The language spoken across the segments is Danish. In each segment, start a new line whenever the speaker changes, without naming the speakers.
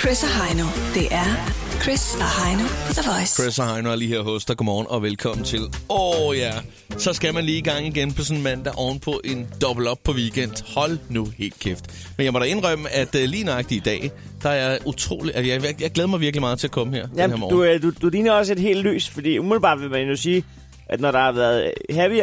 Chris og Heino. Det er Chris og Heino på The Voice.
Chris og Heino er lige her hos dig. Godmorgen og velkommen til. Åh oh, ja, så skal man lige i gang igen på sådan en mandag ovenpå en dobbelt op på weekend. Hold nu helt kæft. Men jeg må da indrømme, at uh, lige nøjagtigt i dag, der er jeg utrolig... Altså, jeg, jeg, jeg glæder mig virkelig meget til at komme her den her
Jamen,
morgen.
du, øh, du, du ligner også et helt lys, fordi umiddelbart vil man jo sige, at når der har været øh, happy,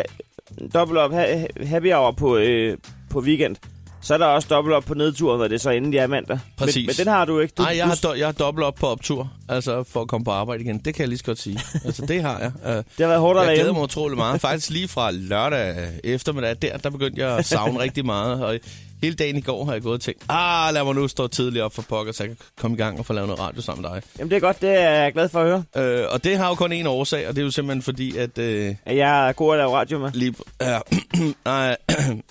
dobbelt op ha- happy hour på, øh, på weekend, så er der også dobbelt op på nedturen, når det er så inden de er mandag.
Præcis.
Men, men den har du ikke. Du,
Nej, jeg
du,
har, do- jeg har dobbelt op på optur, altså for at komme på arbejde igen. Det kan jeg lige så godt sige. Altså, det har jeg. Uh,
Det har været hårdt at
Jeg
være
glæder
hjemme.
mig utrolig meget. Faktisk lige fra lørdag eftermiddag, der, der begyndte jeg at savne rigtig meget. Og hele dagen i går har jeg gået og tænkt, ah, lad mig nu stå tidligt op for pokker, så jeg kan komme i gang og få lavet noget radio sammen med dig.
Jamen, det er godt. Det er jeg glad for at høre.
Øh, og det har jo kun én årsag, og det er jo simpelthen fordi, at... Øh,
At jeg er god at lave radio med.
lige, øh, nej,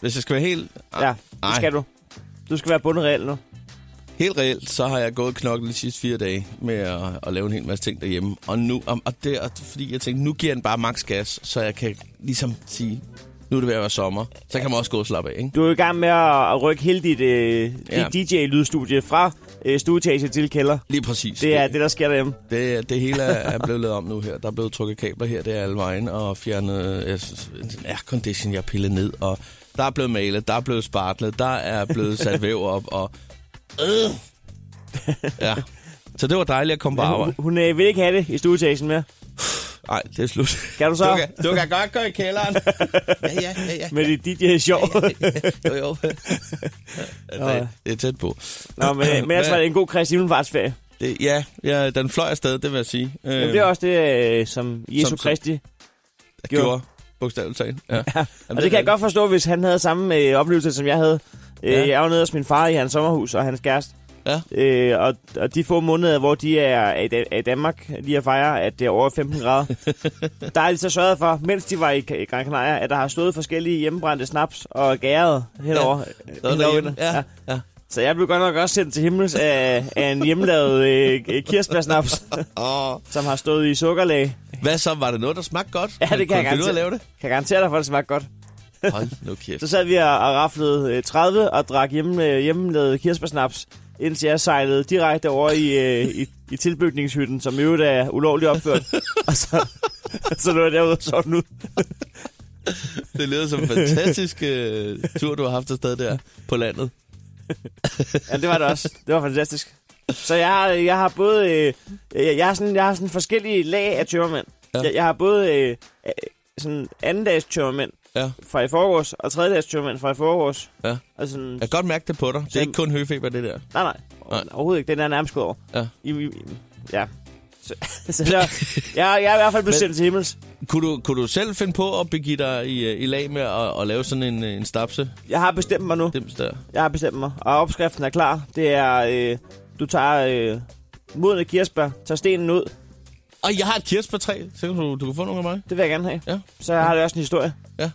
hvis jeg skal være helt, ah,
Ja, det
ej.
skal du. Du skal være bundereel nu.
helt reelt, så har jeg gået og knoklet de sidste fire dage med at, at lave en hel masse ting derhjemme. Og, nu, og, og det er fordi, jeg tænkte, nu giver den bare max gas, så jeg kan ligesom sige, nu er det ved at være sommer. Så kan man også gå og slappe af, ikke?
Du er i gang med at, at rykke hele dit, øh,
Ja.
dit DJ-lydstudie fra øh, stueetage til kælder.
Lige præcis.
Det er det, der sker derhjemme.
Det, er- det hele er er blevet lavet om nu her. Der er blevet trukket kabler her, det er alle vejen, og fjernet øh, s- en aircondition, jeg har pillet ned, og der er blevet malet, der er blevet spartlet, der er blevet sat væv op, og... Øh. Ja. Så det var dejligt at komme på
Hun,
arbejde.
hun øh, vil ikke have det i stueetagen mere.
Nej, det er slut.
Kan du så?
Du kan, du kan godt gå i kælderen. Ja, ja, ja, ja.
Med dit DJ-show.
Jo, jo. Ja, det, det er tæt på.
Nå, men, men jeg tror, det er en god Kristi Himmelfartsferie.
Det, ja, ja, den fløj afsted, det vil jeg sige.
Men det er også det, øh, som Jesu
som-
som, Kristi gjorde.
gjorde. Bogstaveligt talt. Ja. ja.
Og det kan jeg godt forstå, hvis han havde samme øh, oplevelse, som jeg havde. Øh,
Ja.
Jeg var nede hos min far i hans sommerhus og hans kæreste.
Ja.
Øh, og, og de få måneder, hvor de er, er, i Dan- er i Danmark lige at fejre, at det er over 15 grader, der er de så sørget for, mens de var i Ka- Gran Canaria, at der har stået forskellige hjemmebrændte snaps og gæret henover.
Noget derhjemme. Ja, ja. ja.
Så jeg blev godt nok også sendt til himmels af, af en hjemmelavet øh, kirsebærsnaps,
Og
som har stået i sukkerlag.
hvad så? Var det noget, der smagte godt?
Ja, det kan jeg
Kunne du
garantere.
at lave det?
Kan jeg garantere dig for, at det smagte godt.
Hold nu kæft.
Så sad vi og, og raflede øh, 30 og drak hjemme, øh, hjemmelavet kirsebærsnaps, indtil jeg sejlede direkte over i, øh, i, i tilbygningshytten, som i øvrigt er ulovligt opført. og så, så lå jeg derude og sådan ud.
Det lyder som en fantastisk uh, tur, du har haft afsted der på landet.
Ja, det var det også. Det var fantastisk. Så jeg, har- jeg har både... Øh, jeg, jeg, har sådan, jeg har sådan forskellige lag af tømmermænd.
Ja.
Ja. Jeg, jeg har både øh, øh, sådan andendags tømmermænd
Ja.
fra i forgårs, og tredjedags tømmermænd fra i forgårs.
Ja.
Og sådan,
Jeg kan godt mærke det på dig. Det er ikke kun høfeber, det der.
Nej, nej.
Nej.
nej. Overhovedet ikke. Den er nærmest gået over.
Ja.
I, i, i- ja. Så, så der, jeg, jeg er i hvert fald blevet
Men-
sendt til himmels.
Kunne du, kunne du selv finde på at begive dig i, øh, i lag med at, at lave sådan en, øh, en stapse?
Jeg har bestemt mig nu.
Dims der.
Jeg har bestemt mig. Og opskriften er klar. Det er, øh, du tager øh, modne kirsebær, tager stenen ud.
Og jeg har et kirsebærtræ. Så kan du, du kan få nogle af mig.
Det vil jeg gerne have.
Ja.
Så har det også en historie.
Ja.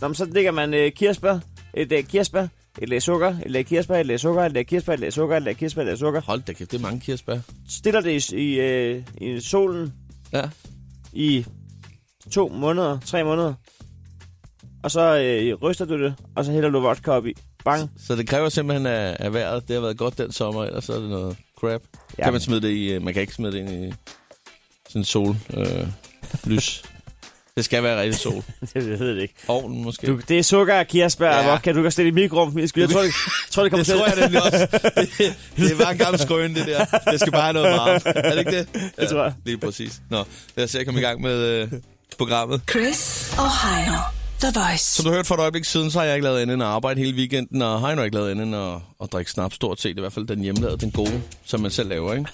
Nå, men så lægger man øh, kirsebær, et lag kirsebær, et lag sukker, et lag kirsebær, et lag sukker, et lag kirsebær, et lag sukker, et lag kirsebær, et lag sukker.
Hold da kæft, det er mange kirsebær.
Stiller det i, i, øh, i solen
Ja.
i to måneder, tre måneder. Og så øh, ryster du det, og så hælder du vodka op i. Bang.
Så det kræver simpelthen af, af vejret. Det har været godt den sommer, ellers så er det noget crap. Ja.
Ja.
Kan man smide det i... øh, Man kan ikke smide det ind i sådan en sol øh, lys. det skal være rigtig sol.
det ved jeg ikke.
Ovnen måske.
Du, det er sukker og kirsebær
Ja.
ja. og vodka. Du kan stille i mikroovnen. Jeg, skulle, jeg tror, det, tror, det kommer
det
til.
tror jeg nemlig også. Det, det er bare en gammel skrøn, det der. Det skal bare have noget varmt. Er det ikke det? Ja,
tror jeg.
Lige præcis. Nå, lad os se at komme i gang med øh, programmet.
Chris og Heino. The Voice.
Som du hørte for et øjeblik siden, så har jeg ikke lavet andet end at arbejde hele weekenden, og har jeg nok ikke lavet andet end at, at drikke snaps stort set. I hvert fald den hjemmelavede, den gode, som man selv laver, ikke?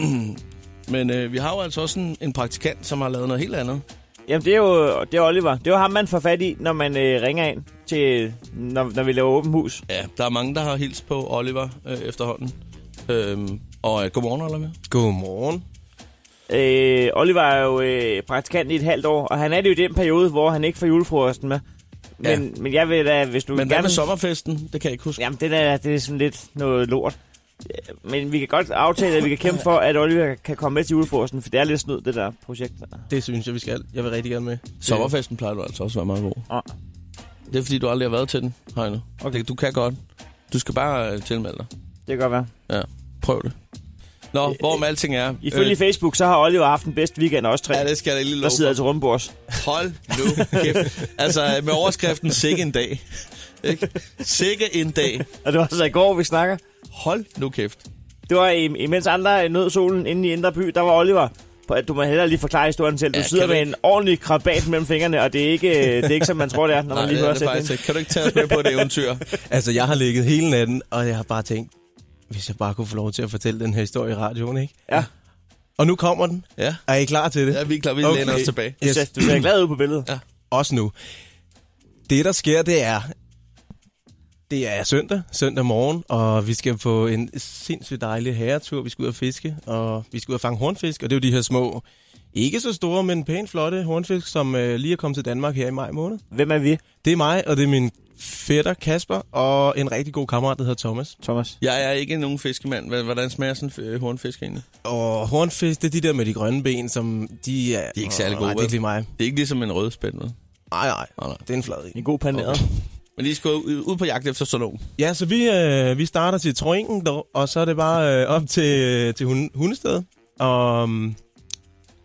Men øh, vi har jo altså også en, en praktikant, som har lavet noget helt andet.
Jamen, det er jo det er Oliver. Det er jo ham, man får fat i, når man øh, ringer ind til, når, når vi laver åben hus.
Ja, der er mange, der har hilst på Oliver øh, efterhånden. Øhm, og øh, godmorgen, Oliver.
Godmorgen.
Øh, Oliver er jo øh, praktikant i et halvt år, og han er det jo i den periode, hvor han ikke får julefrokosten med. Men, ja. men jeg vil da, hvis du
Men hvad
gerne...
med sommerfesten? Det kan jeg ikke huske.
Jamen, det er, det er sådan lidt noget lort. Men vi kan godt aftale, at vi kan kæmpe for, at Oliver kan komme med til julefrokosten, for det er lidt snyd, det der projekt.
Det synes jeg, vi skal. Jeg vil rigtig gerne med.
Sommerfesten plejer du altså også at være meget god.
Åh.
Det er fordi, du aldrig har været til den, Heino.
Okay.
Okay. Du kan godt. Du skal bare øh, tilmelde dig.
Det kan godt være.
Ja. Prøv det. Nå, hvorom alting er.
Ifølge øh. Facebook, så har Oliver haft den bedste weekend af os tre.
Ja, det skal jeg da lige
der
love.
sidder altså rumbords.
Hold nu kæft. Altså, med overskriften, sikke en dag. Ikke? Sikke en dag.
Og det var altså i går, vi snakker.
Hold nu kæft.
Det var im- imens andre øh, nød solen inde i Indre By, der var Oliver. På- at Du må hellere lige forklare historien selv. Du
Ja,
ja,
kan
sidder
du
med
ikke?
en ordentlig krabat mellem fingrene, og det er ikke, øh, det er ikke som man tror, det er, når
Nej,
man lige
det er
hører
det faktisk
sætningen.
ikke. Kan du ikke tage os med på et eventyr?
Altså, jeg har ligget hele natten, og jeg har bare tænkt, hvis jeg bare kunne få lov til at fortælle den her historie i radioen, ikke?
Ja.
Og nu kommer den.
Ja,
Er I klar til det?
ja vi er klar. Vi
Okay.
læner os tilbage.
Du ser,
Yes.
du ser glad ud på billedet.
Ja.
Også nu. Det, der sker, det er... Det er søndag, søndag morgen, og vi skal på en sindssygt dejlig herretur. Vi skal ud og fiske, og vi skal ud og fange hornfisk, og det er jo de her små, ikke så store, men pænt flotte hornfisk, som øh, lige er kommet til Danmark her i maj måned.
Hvem er vi,
Det er mig, og det er min fætter Kasper, og en rigtig god kammerat, der hedder Thomas.
Thomas?
Jeg er ikke nogen fiskemand. Hva- Hvordan smager sådan en øh, hornfisk egentlig?
Og hornfisk, det er de der med de grønne ben, som de er...
De er ikke særlig
Åh, Nej,
gode,
det er
vel?
ikke lige mig.
Det er ikke ligesom en rød spænd, vel?
Nej, nej,
Nej, nej.
det er en flad en.
En god paneret. Okay.
Men I skal ud, ud på jagt efter sådan nogen.
Ja, så vi, øh, vi starter til Troingen, dog, og så er det bare øh, op til, til hun, Hundested. Og um,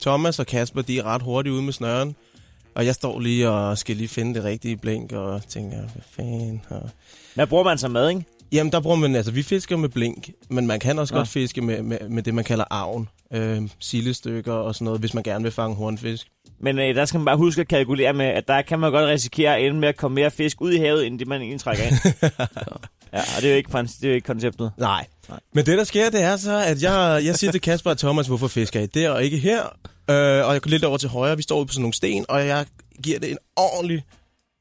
Thomas og Kasper, de er ret hurtigt ude med snøren. Og jeg står lige og skal lige finde det rigtige blink, og tænker, hvad fanden... Og...
Hvad bruger man som mad, ikke?
Jamen, der bruger man, altså, vi fisker med blink, men man kan også
Nå.
godt fiske med, med, med det, man kalder arven. Øh, sillestykker og sådan noget, hvis man gerne vil fange hornfisk.
Men øh, der skal man bare huske at kalkulere med, at der kan man godt risikere at ende med at komme mere fisk ud i havet, end det man egentlig trækker ind. ja, og det er jo ikke, prin- det er jo ikke konceptet.
Nej. Men det, der sker, det er så, at jeg, jeg siger til Kasper og Thomas, hvorfor fisker I der og ikke her? Øh, og jeg går lidt over til højre, vi står ude på sådan nogle sten, og jeg giver det en ordentlig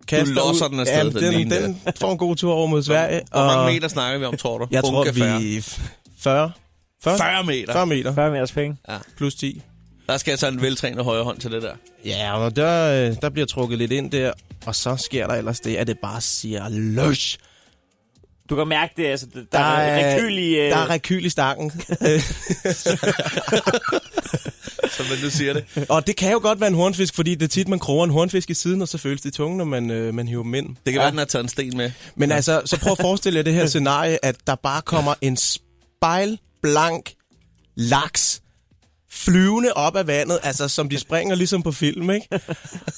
kast.
Du losser
derud.
den afsted,
Jamen,
den
den,
ene
den, får en god tur over mod Sverige.
Hvor
og
mange meter snakker vi om, tror du?
Jeg tror,
Bunke færre.
vi... f- 40? 40?
40 meter.
40 meter.
40 meters penge.
Plus 10.
Der skal altså en veltrænet højre hånd til det der.
Ja, og der, øh, der bliver trukket lidt ind der, og så sker der ellers det, at det bare siger løs.
Du kan mærke det, altså, der, der er rekyl i... Øh,
der er rekyl i stangen.
Som man nu siger det.
Og det kan jo godt være en hornfisk, fordi det er tit, man kroger en hornfisk i siden, og så føles det i tungen, når man, øh, man hiver dem ind.
Det kan være, den har taget en sten med.
Men altså, så prøv at forestille jer det her scenarie, at der bare kommer en spejlblank laks flyvende op af vandet, altså som de springer ligesom på film, ikke?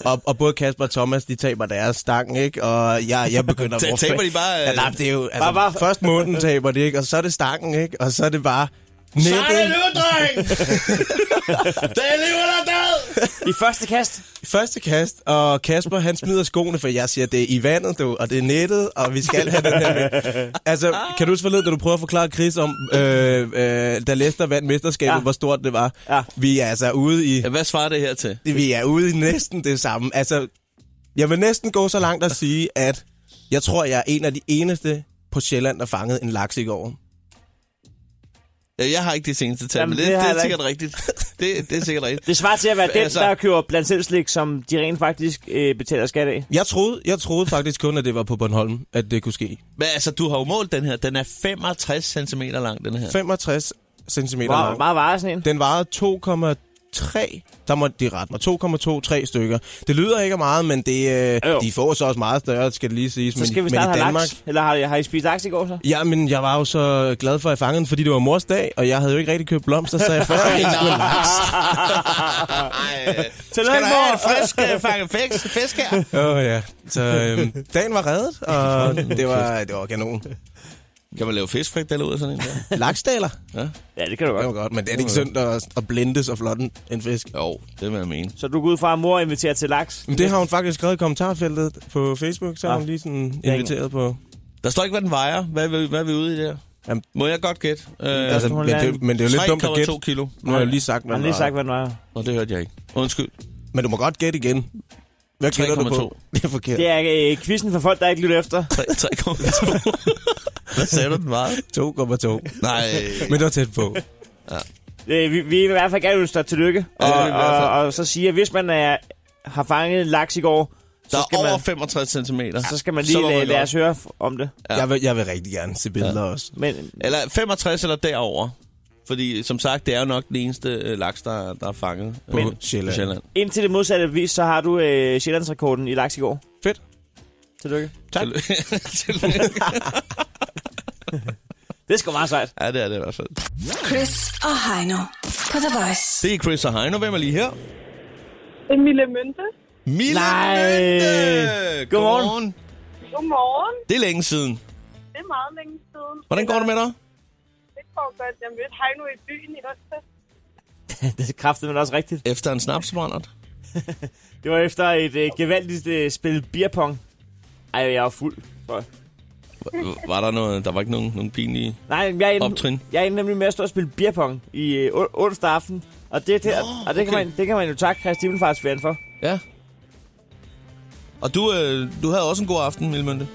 Og, og både Kasper og Thomas, de taber deres stang, ikke? Og jeg, jeg begynder...
Ta-
hvor
taber
fa-
de bare, øh,
Ja, nej, det er jo... Altså, bare,
Bare- bare-
bare. Først munden taber de, ikke? Og så er det stangen, ikke? Og så er det bare... Nettet.
dreng! det er liv eller død!
I første kast.
Første kast, og Kasper han smider skoene, for jeg siger, det er i vandet, du, og det er nettet, og vi skal have den her med. Altså, kan du huske forleden, da du prøvede at forklare Chris om, øh, øh, da Leicester vandt mesterskabet,
Ja.
ja. hvor stort det var?
Ja.
Vi er altså ude i,
Ja, hvad svarer det her til?
vi er ude i næsten det samme. Altså, jeg vil næsten gå så langt at sige, at jeg tror, jeg er en af de eneste på Sjælland, der fangede en laks i går.
Ja, jeg har ikke de seneste tal,
Jamen,
men det,
det
det,
har
er
jeg
sikkert rigtigt. Det, det er sikkert rigtigt.
Det svarer til at være den,
Altså-
der køber blandt selv slik, som de rent faktisk øh, betaler skat af.
Jeg troede, jeg troede faktisk kun, at det var på Bornholm, at det kunne ske.
Men altså, du har jo målt den her. Den er 65 cm lang, den her.
65 cm
Hvor
lang.
meget varer sådan en?
Den varede 2,3. Der må de rette mig. 2,23 stykker. Det lyder ikke af meget, men det,
Jo, jo.
øh, de får så også meget større, skal det lige siges.
Så
men,
skal vi
men
snart
i
have
Danmark,
laks. Eller har, har I spist laks i går så?
Ja, men jeg var jo så glad for, at jeg fangede den, fordi det var mors dag, og jeg havde jo ikke rigtig købt blomster, så jeg først ikke skulle laks.
Ej, skal
Tillykke,
du have en
mor.
frisk øh, fanget fisk, fisk her?
Åh oh, ja, så øhm, dagen var reddet, og det var, det var kanon.
Kan man lave fiskfrikadeller ud af sådan en der?
Laksdaler,
Ja?
Ja, det kan du
det
godt.
var godt, men det er ikke sundt at, at blinde så flot en- en fisk.
Jo, det vil jeg mene.
Så du går ud fra, at mor inviterer til laks.
Men det har hun faktisk skrevet i kommentarfeltet på Facebook, så har
Ah.
hun lige sådan
Ja,
inviteret på...
Der står ikke, hvad den vejer. Hvad er vi, hvad er vi ude i der?
Jamen-
Må jeg godt gætte? Øh,
Altså, men, det, men det er jo lidt dumt at gætte.
3,2 kilo.
Nu har jeg lige sagt,
Man
hvad
har
den
lige
var.
sagt, hvad den var.
Og det hørte jeg ikke. Undskyld.
Men du må godt gætte igen. Hvad gætter du på?
3,2.
Det er forkert.
Det er øh, quizzen for folk, der ikke lytter efter.
3,2. Hvad sagde du, den var?
2,2.
Nej.
Men det var tæt på.
Øh, vi, vi vil i hvert fald gerne ønske dig tillykke. Og,
Ja, det vil vi i hvert
og,
fald.
og, så sige, at hvis man er, har fanget en laks i går,
Der
så
er
skal,
over
man,
65 cm.
så skal man lige lade, lade os høre f- om det.
Ja.
Jeg, vil, jeg vil rigtig gerne se billeder ja. også.
Men
Eller 65 eller derover. Fordi som sagt, det er jo nok den eneste øh, laks, der, der er fanget øh, på
Men- Sjælland.
Sjælland.
indtil det modsatte bevis, så har du øh, Sjællandsrekorden i laks i går.
Fedt.
Tillykke.
Tak.
Tillykke. Tillykke.
Det Det skal meget sejt.
Ja, det er det i hvert fald.
Chris og Heino på The Voice.
Det er Chris og Heino. Hvem er lige her?
Emilie Mønte.
Mille
Nej.
Mønte!
Godmorgen.
Godmorgen.
Det er længe siden.
Det er meget længe siden.
Hvordan går det med dig?
Det går godt. Jeg mødte Heino i byen i onsdag.
Det er kraftigt, men også rigtigt.
Efter en snapsbrændert?
Det var efter et øh, gevaldigt øh, spil beerpong. Ej, jeg var fuld. tror jeg.
Var der noget? Der var ikke nogen, nogen pinlige...
Nej, jeg er
Optrin.
inde, jeg er inde nemlig med at stå og spille beerpong i øh, on- onsdag aften. Og det, det, Nå, og det,
okay.
kan man, det kan man jo takke Christi Himmelfartsferien for.
Ja. Og du, øh, du havde også en god aften, Mille Mønte.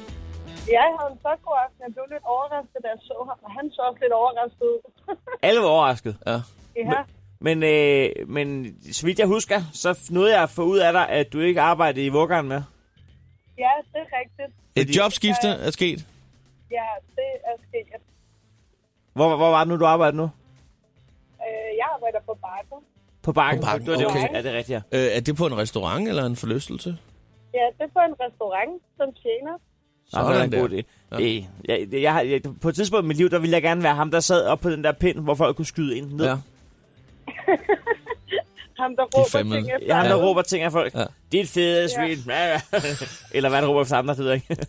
Jeg havde en så god aften. Jeg blev lidt overrasket, da jeg så ham. Og han så også lidt overrasket ud.
Alle var overrasket.
Ja.
ja.
Men, øh, men så vidt jeg husker, så nåede jeg at få ud af dig, at du ikke arbejdede i vuggeren mere.
ja, det er rigtigt.
Et jobskifte er sket.
Ja, det er sket.
Hvor, hvor var det nu, du arbejdede nu?
Øh, jeg arbejder på bakken.
På bakken.
På Bakken,
Det var det,
okay.
Ja, det er rigtigt, ja.
Øh, er det på en restaurant eller en forlystelse?
Ja, det er på en restaurant som tjener.
Nå, det var
Sådan
en god
der.
idé. Ja. Jeg, jeg, har- jeg, på et tidspunkt i mit liv, der ville jeg gerne være ham, der sad op på den der pind, hvor folk kunne skyde ind ned.
Ja.
Ham, der råber
fandme-
ting efter.
Jeg har ja.
Ja.
der råber ting af folk.
Ja.
Ja. Dit fede svin. Ja. Eller hvad han råber efter andre, det ved jeg ikke. det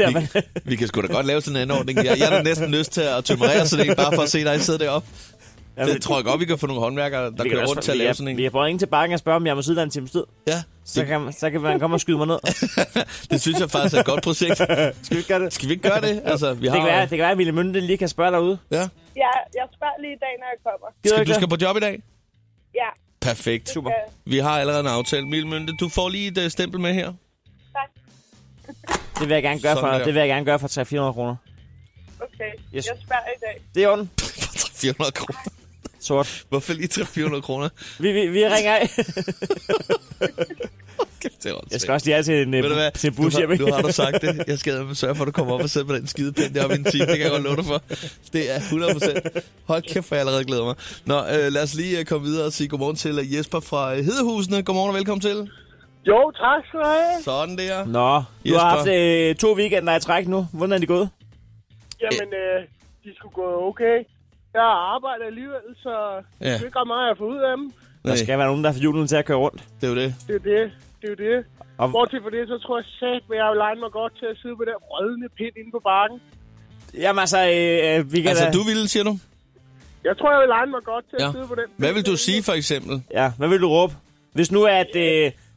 er, man,
Altså, vi, vi kan sgu da godt lave sådan en anordning. Jeg, jeg har da næsten lyst til at tømmerere sådan en, bare for at se dig sidde deroppe.
Jamen,
Det tror jeg godt, vi kan få nogle håndværkere, der kører rundt til at lave sådan
Vi
en.
har brugt ingen til bakken og spørge, om jeg må sidde der en times tid.
Ja,
Så
det,
kan, man- så kan man komme og skyde mig ned.
det synes jeg faktisk er et godt projekt.
Skal vi ikke gøre det?
Skal vi ikke gøre det? Altså, vi
Det kan være,
har...
det kan være at Mille Mønte lige kan spørge derude.
Ja.
Ja, jeg spørger lige i dag, når jeg kommer.
Gider
Skal,
ikke
du
det?
skal på job i dag?
Ja,
Perfekt.
Super.
øh,
Vi har allerede en aftale. Milmønte, du får lige et øh, stempel med her.
tak.
Det vil jeg gerne gøre for,
Sådan der.
det vil jeg gerne gøre for 300-400 kroner.
Okay,
Yes.
jeg spørger i dag.
Det er orden.
For 300 kroner.
Sort.
Hvorfor lige 300 kroner?
Vi, vi, vi ringer af.
Kæft, det er
Jeg
åndssvagt.
skal også lige have til en,
Ved du hvad?
øh, til en bus
nu,
hjem.
har,
ikke?
nu har du sagt det. Jeg skal eddermame sørge for, at du kommer op og sidder på den skide pind deroppe i en time. Det kan jeg godt love dig for. Det er 100%. Hold kæft, for jeg allerede glæder mig. Nå, øh, lad os lige øh, komme videre og sige godmorgen til øh, Jesper fra øh, Hedehusene. Godmorgen og velkommen til.
Jo, tak skal du have.
Sådan der.
Nå, du
Jesper.
har haft øh, to weekender i træk nu. Hvordan er de gået?
Jamen, øh, de skulle gå okay. Jeg arbejder alligevel, så
Ja.
det er ikke ret meget, jeg får ud af dem.
Der
Nej,
skal være nogen, der får julen til at køre rundt.
det er jo det.
Det er det. Det er det.
Og-
Og... Bortset fra det, så tror jeg sat, at jeg vil lege mig godt til at sidde på den rødne pind inde på bakken.
Jamen altså, øh, øh, vi kan
Altså,
da-
du ville, siger du?
Jeg tror, jeg vil lege mig godt til at
Ja.
sidde på den pind.
Hvad vil du sige, for eksempel?
Ja, hvad vil du råbe? Hvis nu er, at, øh,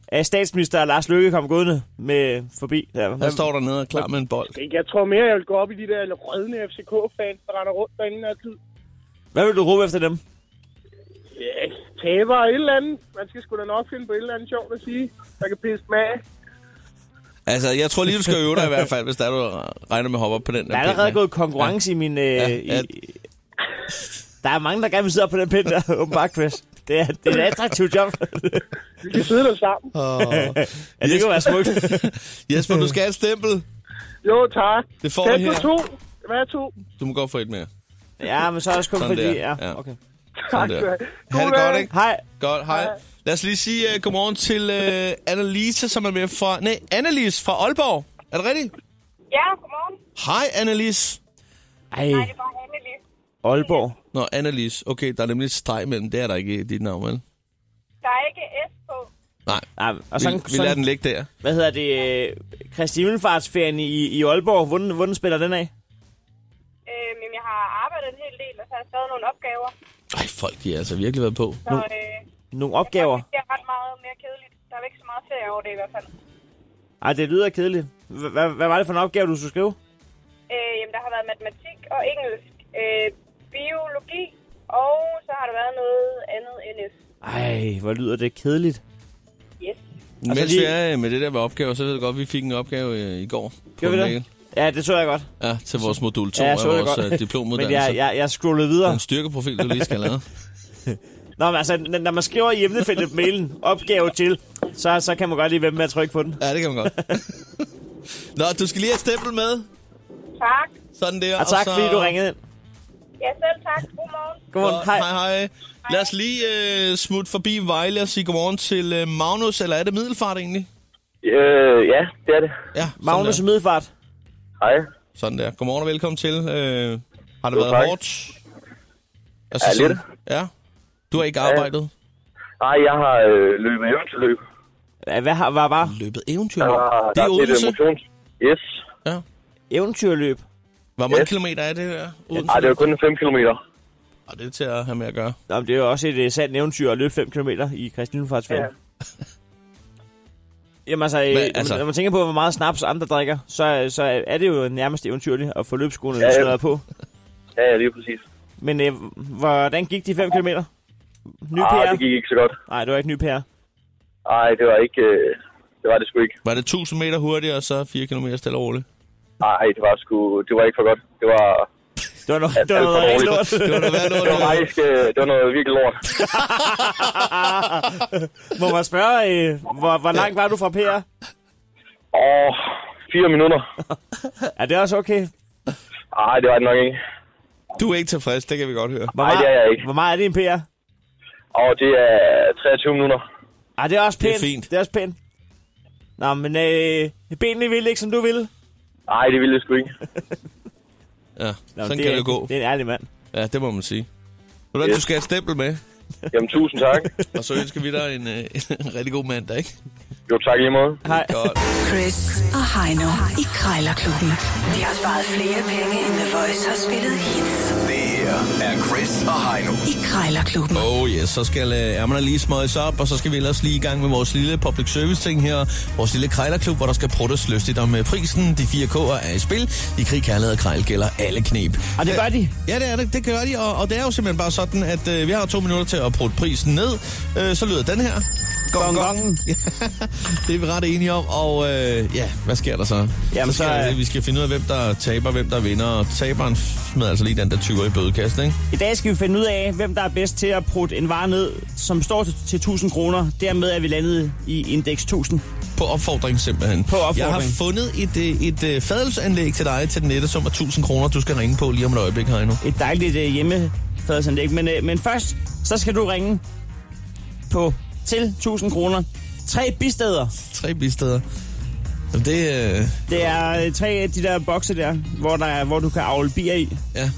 at statsminister Lars Løkke kom gående med forbi. Ja,
Han
hvad,
står dernede og er klar med en bold.
Jeg tror mere, jeg vil gå op i de der rødne FCK-fans, der render rundt derinde af tid.
hvad vil du råbe efter dem?
Ja, taber og et eller andet. Man skal sgu da nok finde på et eller andet sjovt at sige, der kan pisse mig af.
Altså, jeg tror lige, du skal øve dig i hvert fald, hvis der er, du regner med at hoppe op på den.
Der er allerede gået konkurrence ja. i min... Øh,
ja.
ja, ja. I, der er mange, der gerne vil sidde op på den pind der, åbenbart, Chris. Det er, det er et attraktivt job.
Vi kan sidde der sammen.
ja, det kan være smukt.
Jesper, du skal have et stempel.
Jo, tak.
Det får
Tæt
du
på
her.
to. Hvad er to?
Du må godt få et mere.
Ja, men så er det også kun
Sådan
fordi...
der, ja.
Ja, okay.
Sådan
Tak
der.
skal du
Ha' det
have. God
godt,
dag.
ikke?
Hej.
Godt, hej. Lad os lige sige uh, godmorgen til uh, Annalise, som er med fra... Nej, Annelise fra Aalborg. Er det rigtigt?
Ja, godmorgen.
Hej, Annelise.
Ej,
var Annelie.
Aalborg.
Nå, Annelise. Okay, der er nemlig et streg imellem. Det er der ikke i dit navn, vel?
Der er ikke S på.
Nej,
Nej, og
vi,
sådan,
vi lader den
sådan,
ligge der.
hvad hedder det, øh, Kristi Himmelfartsferien i, i Aalborg, hvordan, hvordan spiller den af?
Øh, men jeg har arbejdet en hel del, og så har jeg skrevet nogle opgaver.
Ej, folk, de har altså virkelig været på.
Så øh,
Nogle opgaver?
det er ret meget mere kedeligt. Der er ikke så meget ferie over det i hvert fald.
Ej, det lyder kedeligt. Hva- hva- Hvad var det for en opgave, du skulle skrive?
Øh, jamen, der har været matematik og engelsk, øh, biologi, og så har der været noget andet end S.
Ej, hvor lyder det kedeligt.
Yes.
Mens
Altså,
vi
lige-
er øh, med det der med opgaver, så ved jeg godt, at vi fik en opgave øh, i går.
Gør
på
vi
mail.
det? Ja, det så jeg godt.
Ja, til vores modul 2
Ja,
ja,
jeg
af
så det
vores
godt.
øh, diplomuddannelse.
Men jeg, jeg, jeg scrollede
Det er
videre.
en styrkeprofil, du lige skal lave.
Nå, men altså, n- når man skriver i emnefeltet på mailen, opgave til, så, så kan man godt lige være med at trykke på den.
Ja, det kan man godt. Nå, du skal lige have et stempel med.
Tak.
Sådan der.
Og tak,
så...
fordi du ringede ind.
Ja, selv tak. Godmorgen.
Godmorgen.
Hej.
Hej.
hej, hej. Lad os lige øh, smutte forbi Vejle og sige godmorgen til øh, Magnus, eller er det Middelfart egentlig?
Øh, ja, det er det.
Ja, sådan
Magnus i
der.
Middelfart.
Hej.
Sådan der. Godmorgen og velkommen til. Øh, Har det
Jo,
været
tak.
hårdt? Altså,
Ja,
sådan-
lidt.
Ja. Du har ikke arbejdet?
Nej, jeg har øh, løbet eventyrløb.
Hva- Hvad har, var var
Løbet eventyr?
Der var,
det er
der lidt, øh,
Odense.
motions... Yes.
eventyrløb?
Hvor mange
Yes.
kilometer er det der? Odense?
Nej, det var kun 5 kilometer.
Og det er til at have med at gøre.
Nå, men det er jo også et uh, sandt eventyr at løbe 5 km i Kristi Lundfartsfjell. Ja.
Ja.
Jamen altså, Hva,
Hvad,
altså,
altså?
når man tænker på, hvor meget snaps andre drikker, så, så er det jo nærmest eventyrligt at få løbskoene ja,
ja.
slået på.
Ja, ja, lige præcis.
Men øh, hvordan gik de 5 km? Ny
Ah,
pære?
det gik ikke så godt.
Nej, det var ikke ny pære.
Nej, det var ikke... Øh, det var det sgu ikke.
Var det 1000 meter hurtigere, og så 4 km stille og roligt?
Nej, det var sgu... Det var ikke for godt. Det var,
Det var noget,
Ja,
det var
alt for
noget rigtig lort.
dårligt.
Det var da værd
det var
noget.
faktisk... Øh, det var noget virkelig lort.
Må man spørge, øh, hvor, hvor langt var du fra pære?
Åh, fire minutter.
Er det også okay?
Nej, det var det nok ikke.
Du er ikke tilfreds, det kan vi godt høre.
Hvor
Nej,
meget,
det er jeg ikke.
Hvor meget er det en pære?
Og det er 23 minutter.
Ej, det er også
Det er
pænt.
fint.
Det er også pænt. Nå, men øh, benene ville ikke, som du ville.
Nej, det ville jeg sgu ikke.
Ja,
Nå,
sådan
det
kan
er,
det gå.
Det er en ærlig mand.
Ja, det må man sige. Ved du hvad,
Yes.
du skal have et stempel med,
Jamen, tusind tak.
og så ønsker vi dig en, øh, en rigtig god mandag, ikke?
Jo, tak i lige måde.
Hej.
Godt.
Chris og Heino i Krejlerklubben. De har sparet flere penge, end The Voice har spillet hits
Det her er Chris og Heino.
i Krejlerklubben.
Oh yes, så skal øh, ærmerne lige smøges op, og så skal vi ellers lige i gang med vores lille public service ting her. Vores lille krejlerklub, hvor der skal pruttes lystigt om øh, prisen. De fire K'er er i spil. I krig, kærlighed og krejl gælder alle knep.
Og det gør de.
Ja, det er det. Det gør de, og, og det er jo simpelthen bare sådan, at øh, vi har to minutter til at prutte prisen ned. Øh, så lyder den her. Gong, gong. Ja, det er vi ret enige om, og øh, ja, hvad sker der så?
Jamen,
så
så
sker
er-
der det. Vi skal finde ud af, hvem der taber, hvem der vinder, og taberen smider altså lige den der 20'er i bødekassen, ikke?
I dag skal vi finde ud af, hvem der er bedst til at prutte en vare ned, som står til, til 1000 kroner. Dermed er vi landet i indeks 1000.
På opfordring simpelthen.
På opfordring.
Jeg har fundet et, øh, et, et fadelsanlæg til dig til den nette sum af 1000 kroner, du skal ringe på lige om et øjeblik, Heino.
Et dejligt øh, hjemmefadersanlæg. Men, øh, men først, så skal du ringe på til 1000 kroner. Tre bisteder.
Tre bisteder. Jamen, det, øh,
Det er øh, tre af de der bokse der, hvor, der er, hvor du kan avle bier i.
ja.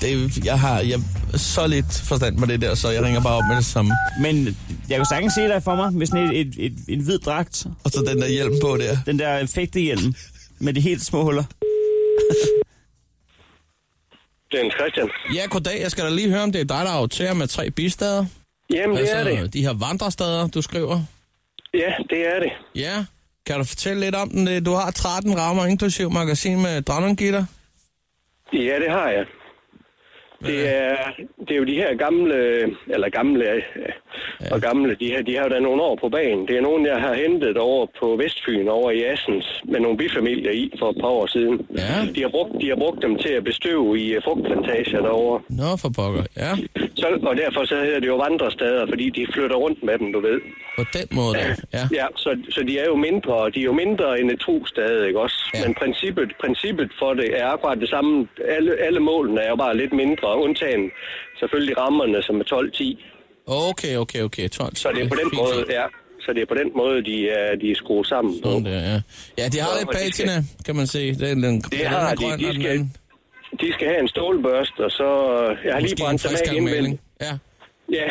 Det, jeg har jeg, så lidt forstand på det der, så jeg ringer bare op med det samme.
Men jeg kan sagtens se dig for mig med sådan et, et, et, en hvid dragt.
Og så den der hjelm på der.
Den der fægtehjelm med de helt små huller.
Det er en Christian.
Ja, goddag. Jeg skal da lige høre, om det er dig, der aftager med tre bistader. Altså,
Jamen,
de her vandrestader, du skriver.
Ja, det er det.
Ja. Kan du fortælle lidt om den? Du har 13 rammer, inklusiv magasin med dronninggitter.
Ja, det har jeg. Det er, det er jo de her gamle, eller gamle øh, og gamle, de, her, de har jo da nogle år på banen. Det er nogen, jeg har hentet over på Vestfyn, over i Assens, med nogle bifamilier i for et par år siden.
Ja.
De, har brugt, de har brugt dem til at bestøve i øh, frugtplantager derovre.
Nå, for pokker. Ja,
Så, og derfor så hedder det jo vandrestader, fordi de flytter rundt med dem, du ved.
på den måde. da. Ja.
Ja, så, så de er jo mindre, og de er jo mindre end et trostad, ikke også?
Ja.
Ja. Men princippet, princippet for det er akkurat det samme. Alle, alle målene er jo bare lidt mindre, undtagen selvfølgelig rammerne, som er 12-10.
Okay, okay, okay. 12.
Så det er på den
Fint,
måde,
fint.
ja. Så det er på den måde, de er, de er skruet sammen. på.
Sådan der, ja. Ja, de har
Så-
lidt
og de skal-
patina, kan man se. Den, den, den
har
er
de.
grøn,
De
og den
skal-
anden.
De skal have en stålbørste, og så... øh, Jeg har lige
Måske en
brændt dem
frisk
af
gang maling.
indvendigt.
Ja,
Ja,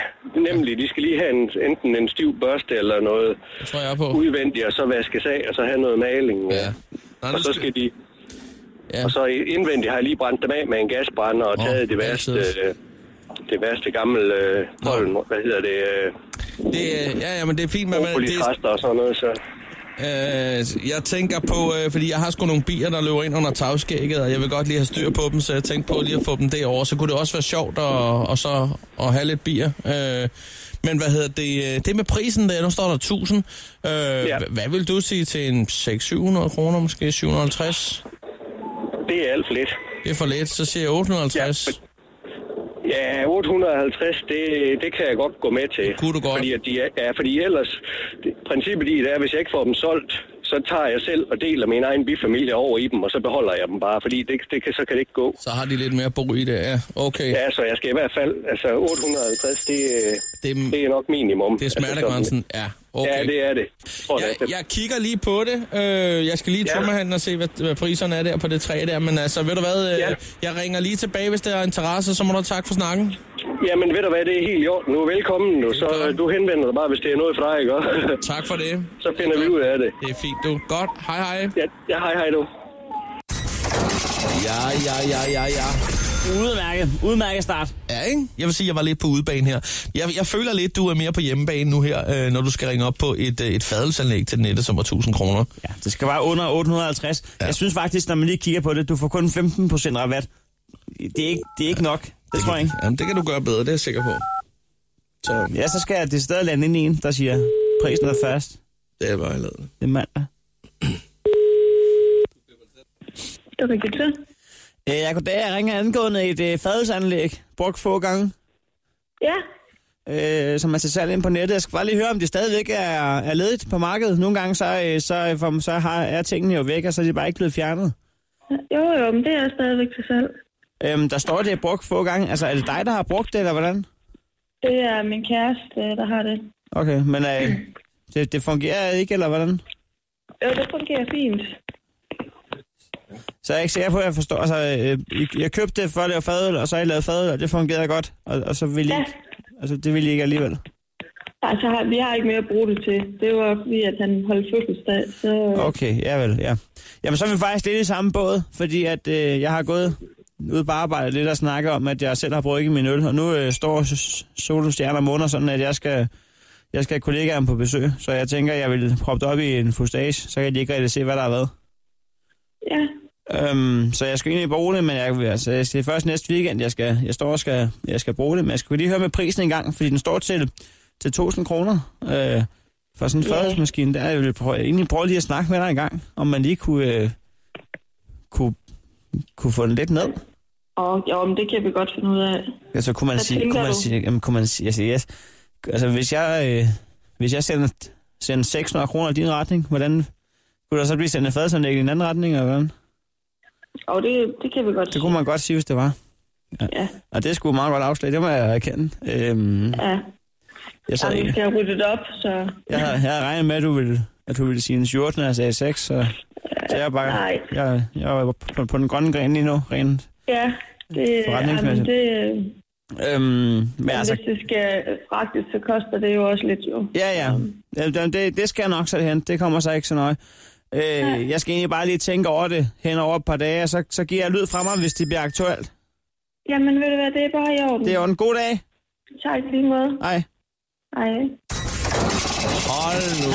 nemlig. De skal lige have en, enten en stiv børste eller noget
det tror jeg er på.
udvendigt, og så vaskes af, og så have noget maling.
Ja. Nej,
Og
nu
så skal de...
Ja.
Ja. Og så indvendigt har jeg lige brændt dem af med en gasbrænder og
Nå,
taget det
ja,
værste,
det
øh, det værste gamle øh, pollen, hvad hedder det, øh,
Det, øh, ja, ja, men det er fint, men, men det,
propolisrester og sådan noget, så...
øh, jeg tænker på, øh, fordi jeg har sgu nogle bier, der løber ind under tagskægget, og jeg vil godt lige have styr på dem, så jeg tænkte på lige at få dem derover. Så kunne det også være sjovt at, og så, at have lidt bier. Øh, men hvad hedder det? øh, Det med prisen der, nu står der 1000. Øh, ja. Hvad vil du sige til en 600-700 kroner, måske 750?
Det er alt for lidt.
Det er for lidt, så siger jeg 850. Ja,
Ja, Ja, 850, det, det kan jeg godt gå med til.
Det kunne du godt.
Fordi, at de er, ja, fordi ellers, det, princippet i det er, hvis jeg ikke får dem solgt, så tager jeg selv og deler min egen bifamilie over i dem, og så beholder jeg dem bare, fordi det, det kan, så kan det ikke gå.
Så har de lidt mere bo i det, ja. Okay, ja,
Ja, så jeg skal i hvert fald, altså 850, det, øh,
det,
det er nok minimum.
det er
Altså, sådan-
smertegrænsen. Ja,
Ja, det er det. Tror, det er
Jeg,
det.
jeg kigger lige på det. Øh, jeg skal lige
Ja.
ja. trummehandlen og se, hvad, hvad priserne er der på det træ der. Men altså, ved du hvad? Øh,
Ja.
Jeg ringer lige tilbage, hvis der er interesse. Så må du tak for snakken.
Jamen, ved du hvad, det er helt i orden. Nu er velkommen, du. Så øh, du henvender dig bare, hvis det er noget for dig, ikke? også?
Tak for det.
så finder vi ud af det.
Det er fint, du. Godt. Hej, hej.
Ja, ja hej, hej du.
Ja, ja, ja, ja, ja.
Udmærket. Udmærket start.
Ja, ikke? Jeg vil sige, at jeg var lidt på udebane her. Jeg, jeg føler lidt, du er mere på hjemmebane nu her, øh, når du skal ringe op på et, øh, et fadelsanlæg til nettet, som var 1000 kroner.
Ja, det skal være under 850. Ja. Jeg synes faktisk, når man lige kigger på det, du får kun 15% rabat. Det er ikke, det er ikke nok. Det, det tror jeg ikke.
Jamen, det kan du gøre bedre, det er jeg sikker på. Så
Ja, så skal jeg det stadig lande ind i en, der siger, prisen er først.
det er vejledende.
Det er mandag.
Du kan give til.
Øh, jeg kunne da ringe angående et øh, fadelsanlæg, brugt få gange,
Ja,
øh, som er til salg ind på nettet. Jeg skal bare lige høre, om det stadigvæk er, er ledigt på markedet. Nogle gange så, øh, så, for, så har, er tingene jo væk, og så er de bare ikke blevet fjernet.
jo jo, men det er stadigvæk til salg.
Øhm, der står, det er brugt få gange. Altså, er det dig, der har brugt det, eller hvordan?
Det er min kæreste, der har det.
Okay, men øh, det, det fungerer ikke, eller hvordan?
Jo, det fungerer fint.
Så er jeg ikke sikker på, at jeg forstår. Altså, øh, I- jeg købte det for at lave fadøl, og så har I lavet fadøl, og det fungerede godt. Og, og så ville I
Ja.
ikke, altså, det ville I ikke alligevel.
Altså, har- vi har ikke mere at bruge det til. Det var fordi, at han holdt fødselsdag, så...
Okay, ja vel, ja. Jamen, så er vi faktisk lidt i samme båd, fordi at øh, jeg har gået ude på arbejde lidt og snakket om, at jeg selv har brygget min øl, og nu øh, står s- solen, stjerner og måner sådan, at jeg skal, jeg skal have kollegaerne på besøg, så jeg tænker, jeg vil proppe det op i en fustage, så kan de ikke rigtig se, hvad der har været.
Ja,
Øhm, så jeg skal egentlig bruge det, men jeg, altså, det er først næste weekend, jeg, skal, jeg står og skal, jeg skal bruge det. Men jeg skal lige høre med prisen en gang, fordi den står til, til 1000 kroner øh, for sådan en
Ja.
fadelsmaskine. Der jeg vil prøve, egentlig prøve lige at snakke med dig en gang, om man lige kunne, øh, kunne, kunne få den lidt ned.
og jo, men det kan vi godt finde ud af.
Altså kunne man
Hvad
sige,
tænker
kunne man
du?
sige, jamen, kunne man sige, altså, yes. altså hvis jeg, øh, hvis jeg sender, sender 600 kroner i din retning, hvordan kunne der så blive sendt en fadsanlæg i en anden retning, eller hvordan?
Og det, det kan vi godt
Det kunne man godt sige, hvis det var.
Ja,
Og det er sgu et meget godt afslag, det må jeg erkende. Øhm,
ja.
jeg, sad,
Så vi
jeg,
skal jo rydde det op, så...
jeg, havde- jeg havde regnet med, at du ville, at du ville sige en 14, og jeg sagde 6, så, så jeg, er bare,
Nej.
jeg, jeg var på, på den grønne gren lige nu, rent.
Ja, det,
Forretningsmæssigt.
jamen, det,
Øhm, men
altså...
altså,
hvis det skal fragtes, så koster det jo også lidt, jo.
ja, ja, Jamen, det, det skal jeg nok så hen, det kommer så ikke så nøje. Øh, jeg skal egentlig bare lige tænke over det hen over et par dage, og så, så giver jeg lyd fra mig, hvis det bliver aktuelt.
Jamen, ved du hvad, det er bare i orden.
Det er jo en god dag.
Tak i lige måde.
Ej.
Ej.
Hold nu.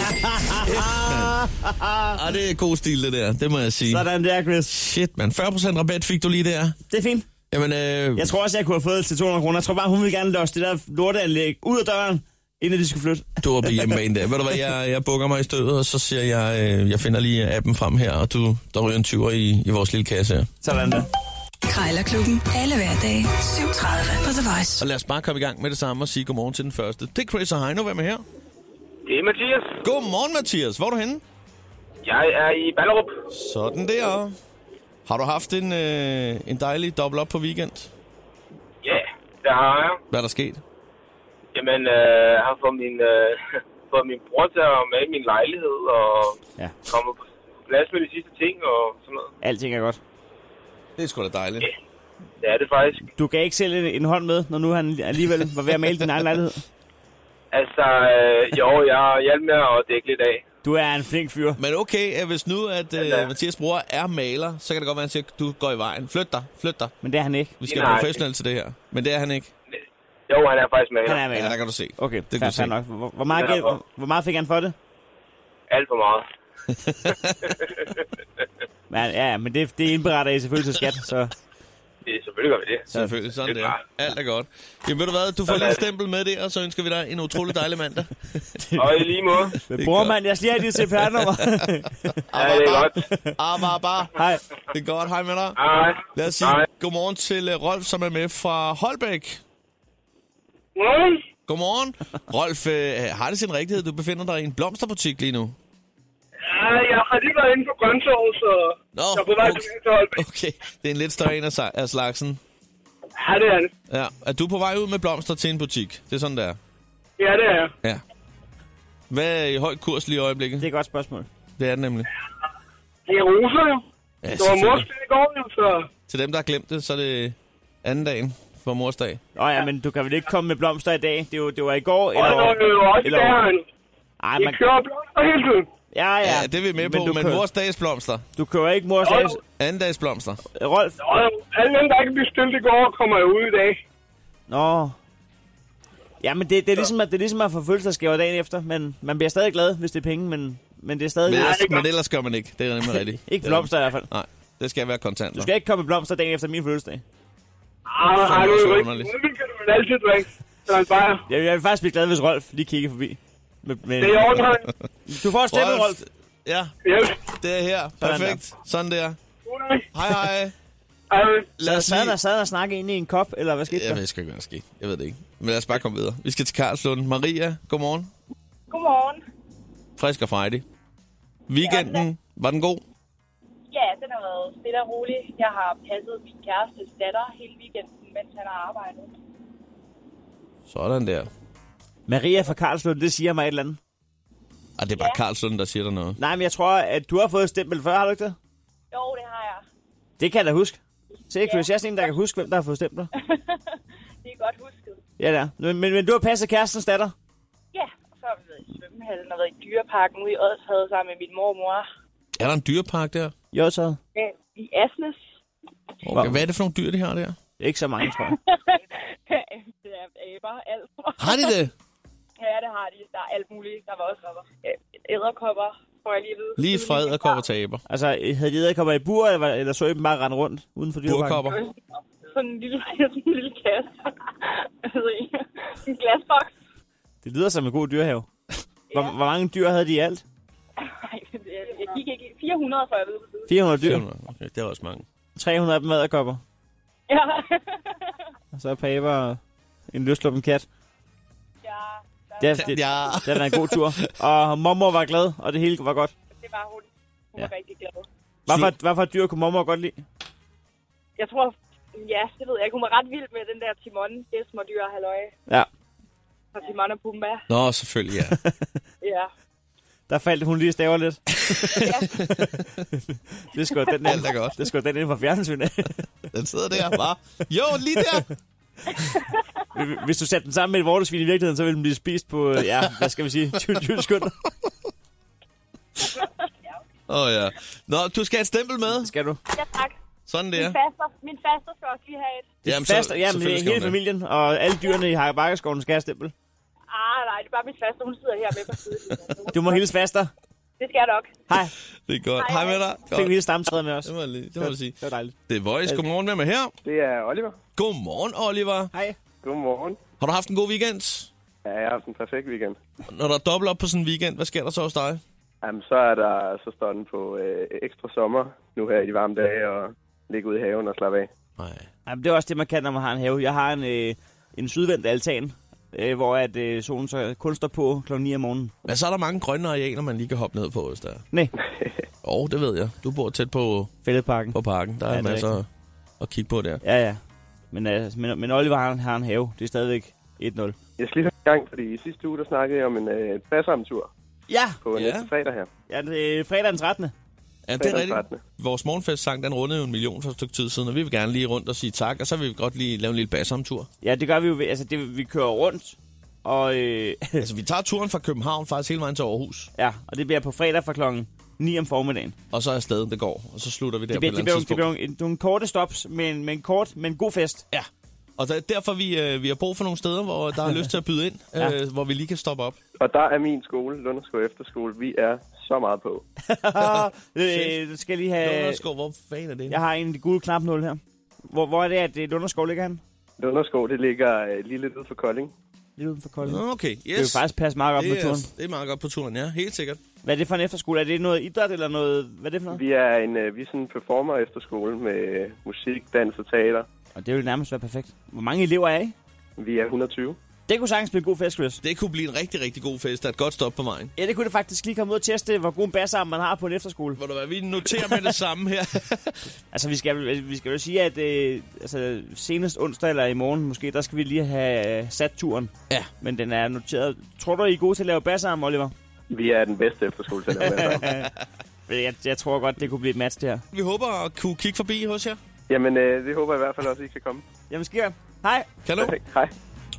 ah, det er god stil, det der. Det må jeg sige.
Sådan der, Chris.
Shit, man. 40% rabat fik du lige der.
Det er fint.
Jamen, øh,
Jeg tror også, jeg kunne have fået det til 200 kroner. Jeg tror bare, hun ville gerne låse det der lorteanlæg ud af døren, inden de skulle flytte.
du var på hjemmebane der. Ved du hvad, jeg, jeg bukker mig i stødet, og så siger jeg, øh, jeg finder lige appen frem her, og du, der ryger en tyver i, i vores lille kasse her.
Sådan der.
Krejlerklubben. Alle hverdage 7.30 på The Voice.
Så lad os bare komme i gang med det samme og sige godmorgen til den første. Det er Chris og Heino, hvem er her?
Det er Mathias.
Godmorgen, Mathias. Hvor er du henne?
Jeg er i Ballerup.
Sådan der. Har du haft en, øh, en dejlig dobbelt op på weekend?
Ja, der har jeg.
Hvad er der sket?
Jamen, øh, jeg har fået min, øh, fået min bror til at male min lejlighed og
Ja.
ja. kommet på plads med de sidste ting og sådan noget.
Alting er godt.
Det er sgu da dejligt.
Det er det faktisk.
Du gav ikke selv en, en hånd med, når nu han alligevel var ved at male din egen lejlighed.
Altså, øh, jo, jeg hjalp med at dække lidt af.
Du er en flink fyr.
Men okay, øh, hvis nu at øh,
Ja.
Mathias bror er maler, så kan det godt være, at han siger, du går i vejen. Flyt dig, flyt dig.
Men det er han ikke.
Vi skal
Nej.
være professionelle til det her. Men det er han ikke.
Jo, han er faktisk med.
Han er
Ja, der
maler.
kan du se.
Okay,
det kan
fair,
du se.
fair nok. Hvor, hvor, meget
Ja,
gæld,
og-
hvor meget fik han for det?
Alt for meget.
Men, ja, ja, men det, det indberetter I selvfølgelig til skat, så
Det er selvfølgelig gør vi det.
Selvfølgelig, sådan
Det
det
er
er. Alt er godt. Jamen ved du hvad, du får
Sådan
lige et
er det.
stempel med det, og så ønsker vi dig en utrolig dejlig mandag.
Og i lige måde.
Det er
bror
godt.
mand, jeg skal lige have dit CPR-nummer.
Ja, det er godt.
Abba, abba.
Hej.
Det er godt, hej med dig.
Hej.
Lad os sige
Hej.
godmorgen til øh, Rolf, som er med fra Holbæk.
Godmorgen.
Godmorgen. Rolf, øh, har det sin rigtighed, du befinder dig i en blomsterbutik lige nu?
Ja, jeg har lige været inde på Grøntorv, så
Nå, okay.
til Holbæk.
okay. Det er en lidt større en af sla- af slagsen.
Ja, det er det.
Ja, er du på vej ud med blomster til en butik? Det er sådan, der.
Ja, det er jeg.
Ja. Hvad er i høj kurs lige i øjeblikket?
Det er et godt spørgsmål.
Det er det nemlig.
Det er roser jo.
Ja,
Det var
selvfølgelig.
morsdag i går, jo, så...
Til dem, der har glemt det, så er det anden dagen for morsdag.
Nå ja, men du kan vel ikke komme med blomster i dag? Det, er jo, det var i går,
Og
eller...
det var jo også i
eller-
dag, han.
Ej,
Jeg
man,
kører blomster hele tiden.
ja, ja.
Ja, det er vi med på,
du
men, men
kører-
morsdags blomster.
Du kører ikke mors
Jo, jo.
as...
Anden dags blomster.
Rolf?
Og alle dem, der ikke blev stillet i går, kommer jo ud i dag.
Nå. Ja, men det, det, er ligesom, at, det er ligesom at få fødselsdagsgaver dagen efter, men man bliver stadig glad, hvis det er penge, men, men det er stadig...
Men ellers,
det er godt.
men ellers gør man ikke. Det er nemlig rigtigt.
ikke
Det er-
blomster i hvert fald.
Nej, det skal være kontanter.
Du skal ikke komme med blomster dagen efter min fødselsdag.
Ah, har du
også
jo
underligt.
ikke. Det kan du vel altid drikke. Så han bare...
Jeg, jeg vil faktisk blive glad, hvis Rolf lige kigger forbi. Med, med,
Det er i orden, han.
du får stemmen, Rolf.
Ja,
Yes.
det er her. Perfekt. Sådan der.
Goddag.
Hej, hej.
Hej.
Lad os
Sad der,
lige...
sad der og snakkede ind i en kop, eller hvad skete
Jeg ved
der?
sgu ikke, hvad der skete. Jeg ved det ikke. Men lad os bare komme videre. Vi skal til Karlslund. Maria, godmorgen.
Godmorgen.
Frisk og Friday. Weekenden, var den god?
Ja, den har været stille og rolig. Jeg har passet min kærestes datter hele weekenden, mens han har arbejdet.
Sådan der.
Maria fra Karlslund, det siger mig et eller andet.
Og Ah, det er bare Karlslund, der siger der noget.
Nej, men jeg tror, at du har fået et stempel før, har du ikke det?
Jo, det har jeg.
Det kan jeg da huske. Se, Chris, jeg er sådan en, der kan huske, hvem der har fået stempler.
Det er godt husket.
Ja, der. Men, men, men du har passet kærestens datter?
Ja, og så har vi været i svømmehallen og været i dyreparken ude i Odshavet sammen med min mormor.
Er der en dyrepark der?
Jo, så.
Ja, I Asnes.
Okay. Hvad er det for nogle dyr, de har der?
Ikke så mange, tror jeg.
det er aber, alt.
Har de det?
Ja, det har de. Der er alt muligt. Der var også øh, æderkopper, får jeg lige at vide.
Lige fra æderkopper til aber.
Altså, havde de æderkopper i bur, eller, var- eller så I dem bare rende rundt uden for dyreparken?
Burkopper.
Sådan en lille, sådan en lille kasse. Jeg ved ikke. en glasboks.
Det lyder som en god dyrehave. Hvor, hvor mange dyr havde de i alt?
Nej, det er- jeg gik ikke. i- 400 får jeg at vide.
400 dyr.
Okay, det er også mange.
300 af dem var æderkopper.
Ja.
Og så er paver og en løsluppen kat.
ja.
Det, er- det,
Ja.
det var en god tur. Og mormor var glad, og det hele var godt.
Det var hun. Hun var
Ja.
rigtig glad.
Hvad for, hvad for et dyr kunne mormor godt lide?
Jeg tror, ja, det ved jeg ikke. Hun var ret vild med den der Timon, det smådyr, halløj.
Ja,
Og Timon og Pumba.
Nå, selvfølgelig, ja.
Ja.
der faldt hun lige staver lidt. det er sgu den
Alt er
der.
godt.
Det er sgu den inden for fjernsynet.
Den sidder der bare. Jo, lige der.
Hvis du satte den sammen med et vortesvin i virkeligheden, så ville den blive spist på, øh, ja, hvad skal vi sige, 20, 20 sekunder.
Åh oh, ja. Nå, du skal have et stempel med.
Skal du?
Ja, tak.
Sådan
Min,
der.
faster, min faster skal også lige have et.
Jamen, så-
Fast, jamen,
selvfølgelig skal
hele
hun det.
familien og alle dyrene i Harry Bakkerskoven skal have stempel.
Ah, nej, det er bare min faster. Hun sidder her med på siden.
Du må hilse faster.
Det skal jeg nok.
Hej.
Det er godt. Hej
Hej,
med dig.
Fik vi
Godt.
lige stamtræde med os.
Det må jeg lige- det må jeg sige.
Det var dejligt.
Det er Voice. Godmorgen, hvem er her?
Det er Oliver.
Godmorgen, Oliver.
Hej.
Godmorgen.
Har du haft en god weekend?
Ja, jeg har haft en perfekt weekend.
Når der er dobbelt op på sådan en weekend, hvad sker der så hos dig?
Jamen, så, er der, så står den på øh, ekstra sommer nu her i de varme dage, og ligge ude i haven og slappe af.
Nej.
Jamen, det er også det, man kan, når man har en have. Jeg har en, øh, en sydvendt altan, øh, hvor at, øh, solen så kun står på kl. 9 om morgenen.
Men så Altså, er der mange grønne arealer, man lige kan hoppe ned på, hvis der er.
Nej,
Åh, det ved jeg. Du bor tæt på,
fældeparken.
på parken. Der
Ja,
er
det er
masser at kigge på der.
Ja, ja. Men, øh, men, men Oliver har, en- har en have. Det er stadigvæk 1-0.
Jeg skal lige høre en gang, fordi i sidste uge, der snakkede jeg om en øh, passeramtur
Ja,
på
Ja.
ja. næste fredag her.
ja det er fredag den 13.
Ja, det er
Fredag den
rigtigt.
13..
Vores morgenfest-sang, den rundede jo en million for et stykke tid siden, og vi vil gerne lige rundt og sige tak, og så vil vi godt lige lave en lille bassamtur.
Ja, det gør vi jo. ved- Altså, det, vi kører rundt, og, øh,
Altså, vi tager turen fra København faktisk hele vejen til Aarhus,
ja, og det bliver på fredag fra klokken 9 om formiddagen.
og så er stedet, det går, og så slutter vi der
Det
på
bliver,
et
det
eller
bliver,
andet
det bliver
tidspunkt.
nogle, en- nogle korte stops, men, men kort, men god fest.
Ja, og der, derfor vi, øh, vi har brug for nogle steder, hvor der er lyst til at byde ind, øh,
Ja.
hvor vi lige kan stoppe op.
Og der er min skole, Lunderskov Efterskole, vi er så meget på.
Øh, du skal lige have...
Lunderskov, hvor fanden er det?
Jeg har en af de gule knapnål her. Hvor, hvor er det, at øh, Lunderskov ligger han?
Lunderskov, det ligger øh, lige lidt ude for Kolding.
Lidt uden for Kolding.
Nå, Okay, yes.
Det vil faktisk passe meget godt
det
med
er,
turen.
det er meget godt på turen, ja. Helt sikkert.
Hvad er det for en efterskole? Er det noget idræt eller noget... Hvad er det for noget?
Vi er, en, øh, vi er sådan en performer efterskole med øh, musik, dans og teater.
Og det vil nærmest være perfekt. Hvor mange elever er I?
Vi er 120.
Det kunne sagtens blive en god fest, Chris.
Det kunne blive en rigtig, rigtig god fest. Der er et godt stop på vejen.
Ja, det kunne det faktisk lige komme ud og teste, hvor god en bassarm man har på en efterskole.
Hvor du hvad, vi noterer med det samme her.
Altså, vi skal, vel- vi skal jo sige, at øh, altså, senest onsdag eller i morgen måske, der skal vi lige have øh, sat turen.
Ja.
Men den er noteret. Tror du, I er gode til at lave bassarm, Oliver?
Vi er den bedste efterskole til at lave bassarm.
Men Jeg, jeg tror godt, det kunne blive et match, det her.
vi håber at kunne kigge forbi hos jer.
Jamen, øh, det håber jeg i hvert fald også, I kan komme.
Jamen, sker. Hej.
Kan du?
Perfekt. Hej.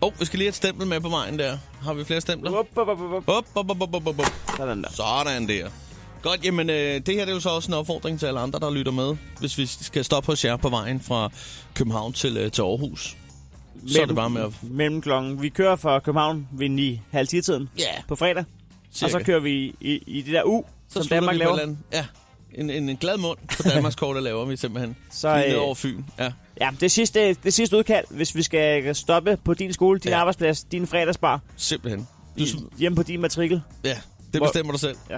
Åh, oh, vi skal lige have et stempel med på vejen der. Har vi flere stempler?
Up, up, up, up.
Op, op, op, op, op, op, op.
Sådan der.
Sådan der. Godt, jamen øh, det her det er jo så også en opfordring til alle andre, der lytter med. Hvis vi skal stoppe hos jer på vejen fra København til, øh, til Aarhus, så er det bare med at...
Mellem klokken. Vi kører fra København ved 9, halv 10 tiden
Ja,
på fredag. Cirka. Og så kører vi i, i det der U,
Så
så som
slutter
Danmark
vi på
laver.
et eller andet- Ja, en, en, en glad mund på Danmarks kort, der laver vi simpelthen.
Så,
Så, Lige ned
øh,
over Fyn, ja.
Ja, det sidste, det sidste udkald, hvis vi skal stoppe på din skole, din
Ja.
ja. arbejdsplads, din fredagsbar,
Simpelthen. Du, sm-
hjemme på din matrikel.
ja, det bestemmer du selv.
Ja.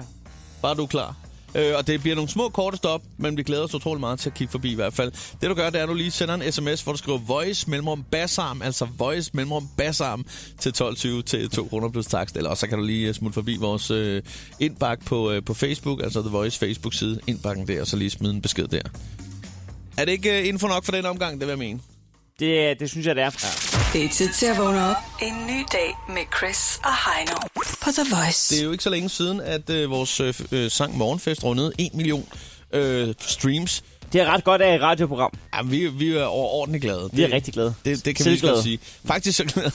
Bare du er klar. Øh, og det bliver nogle små korte stop, men vi glæder os utrolig meget til at kigge forbi i hvert fald. Det du gør, det er, at du lige sender en sms, hvor du skriver voice mellemrum bassarm, altså voice mellemrum bassarm til 12.20 til 2 kroner plus takst. Eller også så kan du lige øh, smutte forbi vores øh, indbak på, øh, på Facebook, altså The Voice Facebook-side, indbakken der, og så lige smide en besked der. Er det ikke øh, info nok for den omgang, det vil jeg mene?
Det, det synes jeg, det er. Ja.
Det er tid til at vågne op. En ny dag med Chris og Heino på The Voice.
Det er jo ikke så længe siden, at øh, vores øh, f- øh, sang Morgenfest rundede 1 million øh, streams.
Det er ret godt af et radioprogram.
Ja, vi, vi er overordentligt glade.
Vi er rigtig glade.
Det, det kan vi
Selvglade.
godt sige. Faktisk så glade,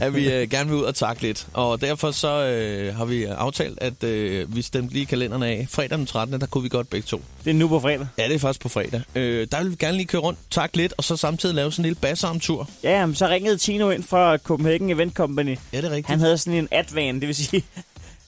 at vi øh, gerne vil ud og takke lidt. Og derfor så øh, har vi aftalt, at øh, vi stemte lige kalenderne af. Fredag den 13. der kunne vi godt begge to.
Det er nu på fredag.
Ja, det er faktisk på fredag. Øh, der vil vi gerne lige køre rundt, takke lidt, og så samtidig lave sådan en lille bassarmtur.
Ja, jamen, så ringede Tino ind fra Copenhagen Event Company.
Ja, det er rigtigt.
Han havde sådan en advan, det vil sige,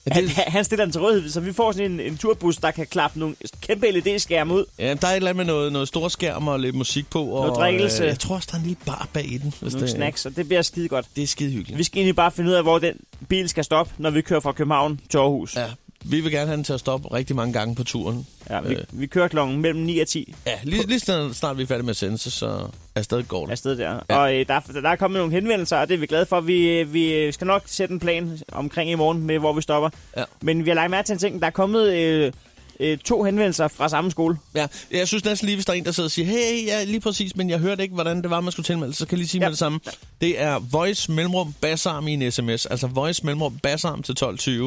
Ja,
han,
det-
han stiller den til rådighed, så vi får sådan en, en turbus, der kan klappe nogle kæmpe LED-skærme ud.
Ja, der er et eller andet med noget, noget store skærm og lidt musik på. Og,
drikkelse.
Øh, jeg tror også, der er en lille bar bag i den. Hvis
Nogle snacks, og det bliver skide godt.
Det er skide hyggeligt.
Vi skal egentlig bare finde ud af, hvor den bil skal stoppe, når vi kører fra København til Aarhus.
Ja, vi vil gerne have den til at stoppe rigtig mange gange på turen. Øh,
Ja, vi, vi kører klokken mellem 9 og 10
Ja, lige, lige snart, snart vi er færdige med at sende, så, så er stadig går det.
afsted der.
Ja.
Ja. Og øh, der, er- der er kommet nogle henvendelser, og det er vi glade for. Vi, øh, vi øh, skal nok sætte en plan omkring i morgen med, hvor vi stopper.
Ja.
Men vi har lagt mærke til en ting. Der er kommet øh, øh, to henvendelser fra samme skole.
Ja, jeg synes næsten lige, hvis der er en, der sidder og siger, hey, ja, lige præcis, men jeg hørte ikke, hvordan det var, man skulle tilmelde, så kan jeg lige sige ja.
Ja.
med det samme. Det er voice mellemrum bassarm i en sms, altså voice mellemrum bassarm til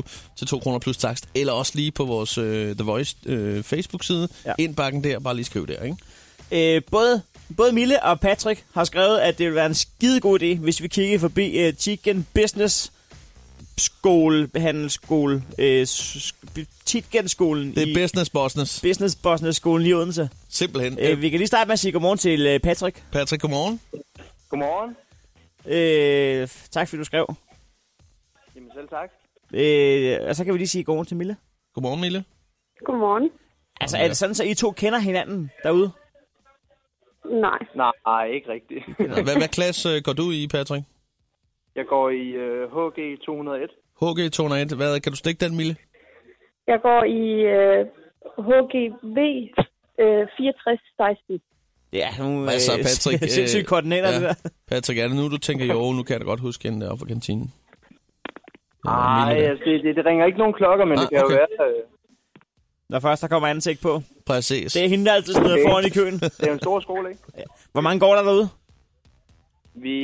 12.20 til 2 kroner plus takst, eller også lige på vores øh, The Voice øh, Facebook-side, ja.
Ja.
indbakken der, bare lige skriv der, ikke?
Øh, både, både Mille og Patrick har skrevet, at det vil være en skide god idé, hvis vi kigger forbi øh, Chicken Business skole, handelsskole, øh, s- sk- Chicken-skolen
Det er
i
business business,
Business Business Skolen i Odense.
simpelthen.
Øh,
Øh,
vi kan lige starte med at sige godmorgen til øh, Patrick.
Patrick, godmorgen.
Godmorgen.
Øh, tak fordi du skrev.
Jamen selv tak.
Øh, og så kan vi lige sige godmorgen til Mille.
Godmorgen, Mille.
Godmorgen.
Altså, er det sådan, så I to kender hinanden derude?
Nej.
Nej, ikke rigtigt.
Hvad, hvad klasse øh, går du i, Patrick?
Jeg går i øh, HG 201.
HG 201, hvad, kan du stikke den, Mille?
Jeg går i øh, HGV øh, 6416.
Ja, nogle
Hvad så, Patrick?
øh, sindssyge
Øh,
koordinater, ja. det der.
Patrick, er det nu, du tænker, jo, nu kan jeg da godt huske hende deroppe fra kantinen? Eller
Nej,
Mille der.
altså, det, det, det ringer ikke nogen klokker, men
Ah,
det kan
okay.
jo være... Øh,
Når først der kommer ansigt på.
Præcis.
Det er hende, der altid smider
Okay.
foran i køen.
det er jo en stor skole, ikke?
Hvor mange går der derude?
Vi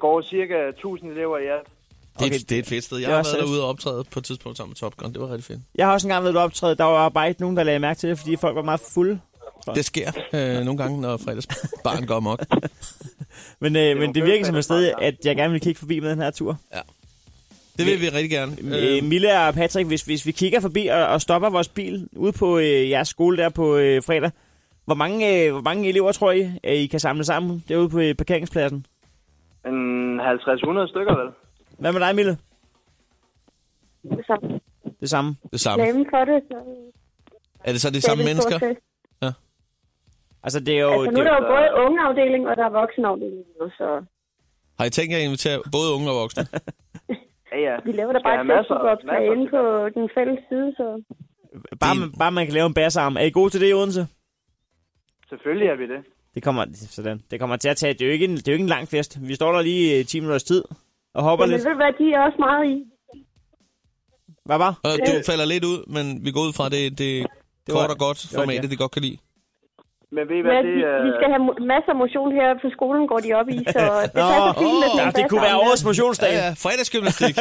går cirka 1000 elever i alt.
Det, okay.
Okay.
det er et fedt sted. Jeg
Det
har
var
været
sandt.
derude og optræde på et tidspunkt sammen med Top Gun. Det var rigtig fedt.
Jeg har også engang været ude at optræde. Der var bare ikke nogen, der lagde mærke til det, fordi folk var meget fulde.
Det sker øh, nogle gange, når fredagsbarn går amok.
Men, øh, men det
nogle
virker som
fede
et sted,
fans, der.
at jeg gerne vil kigge forbi med den her tur.
Det vil vi rigtig gerne.
Øh,
Øh,
Mille og Patrick, hvis, hvis vi kigger forbi og, og stopper vores bil ude på øh, jeres skole der på øh, fredag, hvor mange, øh, hvor mange elever tror I, at I kan samle sammen derude på øh, parkeringspladsen?
En 50-100 stykker, vel?
Hvad med dig, Mille?
Så
Det samme.
det samme.
reklame for det. Så
Er det så de
det er
samme
en stor
mennesker?
fest.
Altså, det er jo...
Altså, nu
det
er
er
der
jo
jo både ungeafdeling, og der er voksenafdeling. nu, Så
Har I tænkt jer at invitere både unge og voksne?
Ja, ja.
vi laver da
Der
bare
er
et
masser-
Facebook-opslag
masser-
inde på den fælles side. Så
bare, man- bare man kan lave en bassarm. Er I gode til det i Odense?
Selvfølgelig er vi det.
Det kommer, sådan. det kommer til at tage... Det er, jo ikke en, det er jo ikke en lang fest. Vi står der lige øh, 10 minutters tid. og hopper
Men
lidt.
ved du hvad, de er også meget i.
Hvad var?
Og du falder lidt ud, men vi går ud fra, det, det, det
var-
Øh, kort og godt
var et
format,
ja.
det de godt kan lide.
Men ved I
Ja,
hvad,
de,
det er...
de skal have mo- masser af motion her på skolen, går de op i, så det passer fint med
åh,
sådan
Ja,
en
det kunne være
basarm der.
årets motionsdag.
Ja, ja, fredagsgymnastik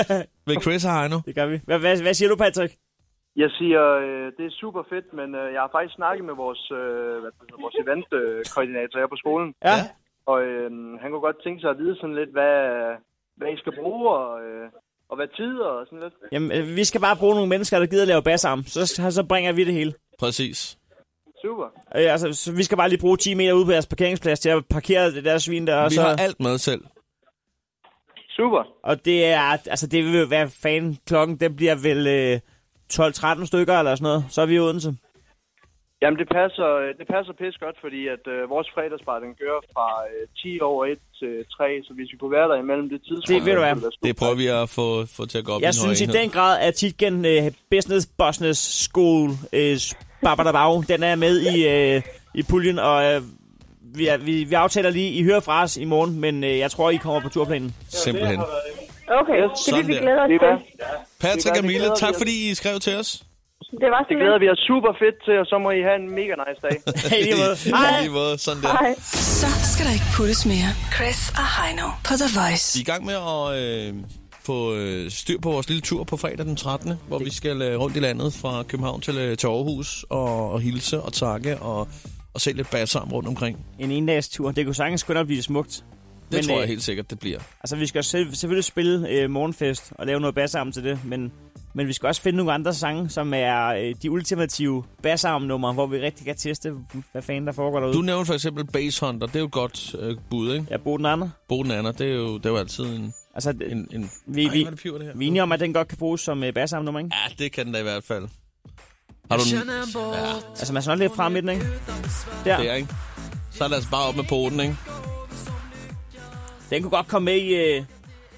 ved Chris og Heino.
Det gør vi. Hvad, hvad, hvad siger du, Patrick?
Jeg siger, øh, det er super fedt, men øh, jeg har faktisk snakket med vores, øh, hvad det hedder, vores eventkoordinator her på skolen,
Ja.
og øh, han kunne godt tænke sig at vide sådan lidt, hvad, hvad I skal bruge, og, øh, og hvad tider og sådan lidt.
Jamen, øh, vi skal bare bruge nogle mennesker, der gider lave bassarm. Så, så bringer vi det hele.
Præcis.
Super.
Øh, altså, så vi skal bare lige bruge 10 meter ude på jeres parkeringsplads til at parkere det der svin der. Og,
Vi har
så,
alt med selv.
Super.
og det er, altså det vil jo være fan klokken, den bliver vel øh, 12-13 stykker eller sådan noget. Så er vi i Odense.
Jamen, det passer, det passer pis godt, fordi at øh, vores fredagsbar, den kører fra øh, 10 over 1 til 3, så hvis vi kunne være der imellem det tidsrum...
Det ved du hvad.
ville være super.
Det prøver vi at få, få til at gå op
Jeg
i en høj
synes i
enhed.
den grad, at titlen øh, Business Business School øh, Babadabau, den er med i, øh, i puljen, og øh, vi, er, vi, vi aftaler lige, I hører fra os i morgen, men øh, jeg tror, I kommer på turplanen.
Simpelthen.
Okay, det vil
Sådan
vi
der.
glæde os
Det er
til.
godt.
Patrick
Det
og
gør- det
Mille,
glæder vi
tak
os.
fordi I skrev til os.
Det var
Det
sådan
glæder vi os super fedt til, og så må I have en mega nice dag.
Hey, lige måde. Hej.
I lige måde. Sådan der.
Hej.
Så skal der ikke puttes mere. Chris og Heino på The Voice.
Vi er i gang med at øh, få øh, styr på vores lille tur på fredag den 13., hvor vi skal øh, rundt i landet fra København til, øh, til Aarhus og, og hilse og takke og, og se lidt bag sammen rundt omkring. Det
En endags tur. Det kunne sagtens kun blive smukt. øh, Det
men, tror jeg helt sikkert, det bliver.
Altså, vi skal selv, selvfølgelig spille øh, morgenfest og lave noget bassarm til det, men, men vi skal også finde nogle andre sange, som er øh, de ultimative bassarm-numre, hvor vi rigtig kan teste, hvad fanden der foregår derude.
Du nævnte for eksempel Base Hunter. Det er jo et godt øh, bud, ikke?
Ja, Bo den anden.
Bo den anden, det er jo, det er jo altid en...
Altså, det,
en, en...
vi,
Ej,
vi,
hvor er det piver, det her.
vi er enige om, at den godt kan bruges som øh, bassarm-nummer, ikke?
Ja, det kan den da i hvert fald. Har du den?
Altså, man skal nok lidt frem i den, ikke?
Det
Der.
er, ikke? Så lad os bare op med poten, ikke?
Den kunne godt komme med i... Øh,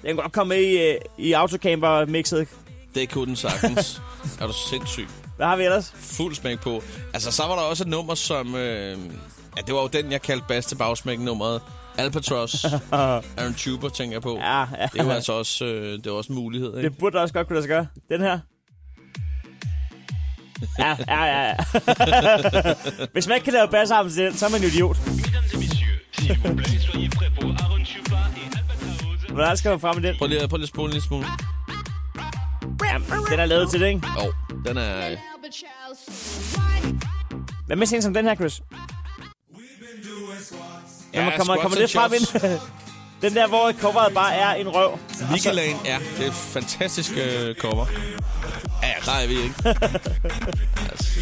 den kunne godt komme med i, øh, i autocamper-mixet.
Det kunne den sagtens. er du sindssyg?
Hvad har vi ellers?
fuld smæk på. Altså, så var der også et nummer, som... Øh, ja, det var jo den, jeg kaldte bass til bagsmæk nummeret. Albatross, Aaron Tuber, tænker jeg på.
Ja, ja.
Det var altså også, øh, det var også en mulighed, ikke?
Det burde også godt kunne lade sig gøre. Den her. Ja, ja, ja. ja. Hvis man ikke kan lave bassarm til den, så er man en idiot. Hvordan skal man frem med den?
Prøv lige, prøv lige at spole en lille smule.
Jamen, den er lavet til det, ikke?
Jo, den er... øh,
Hvad med sådan en som den her, Chris? Ja, man kommer,
squats
kommer
and
lidt frem ind.
chops.
den der, hvor coveret bare er en røv.
Vigilan, ja, det er et fantastisk øh, cover. Ja, ja, der er vi, ikke?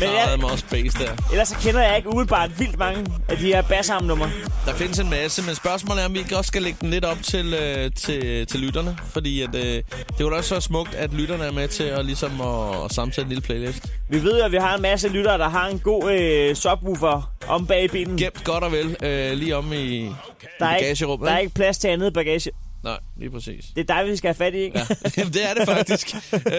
Men
jeg-
jeg... mig også bass der.
Ellers så kender jeg ikke umiddelbart vildt mange af de her bassarmnumre.
Der findes en masse, men spørgsmålet er, om vi ikke også skal lægge den lidt op til, øh, til, til lytterne. Fordi at, øh, det er jo da også så smukt, at lytterne er med til at, ligesom at, at sammensætte en lille playlist.
Vi ved jo, at vi har en masse lyttere, der har en god øh, subwoofer om bag i bilen.
gemt godt og vel øh, lige om i,
der, er
i
ikke,
bagagerummet.
der er ikke plads til andet bagage.
Nej, lige præcis.
Det er dig, vi skal have fat i, ikke?
Ja. Jamen, det er det faktisk. øh,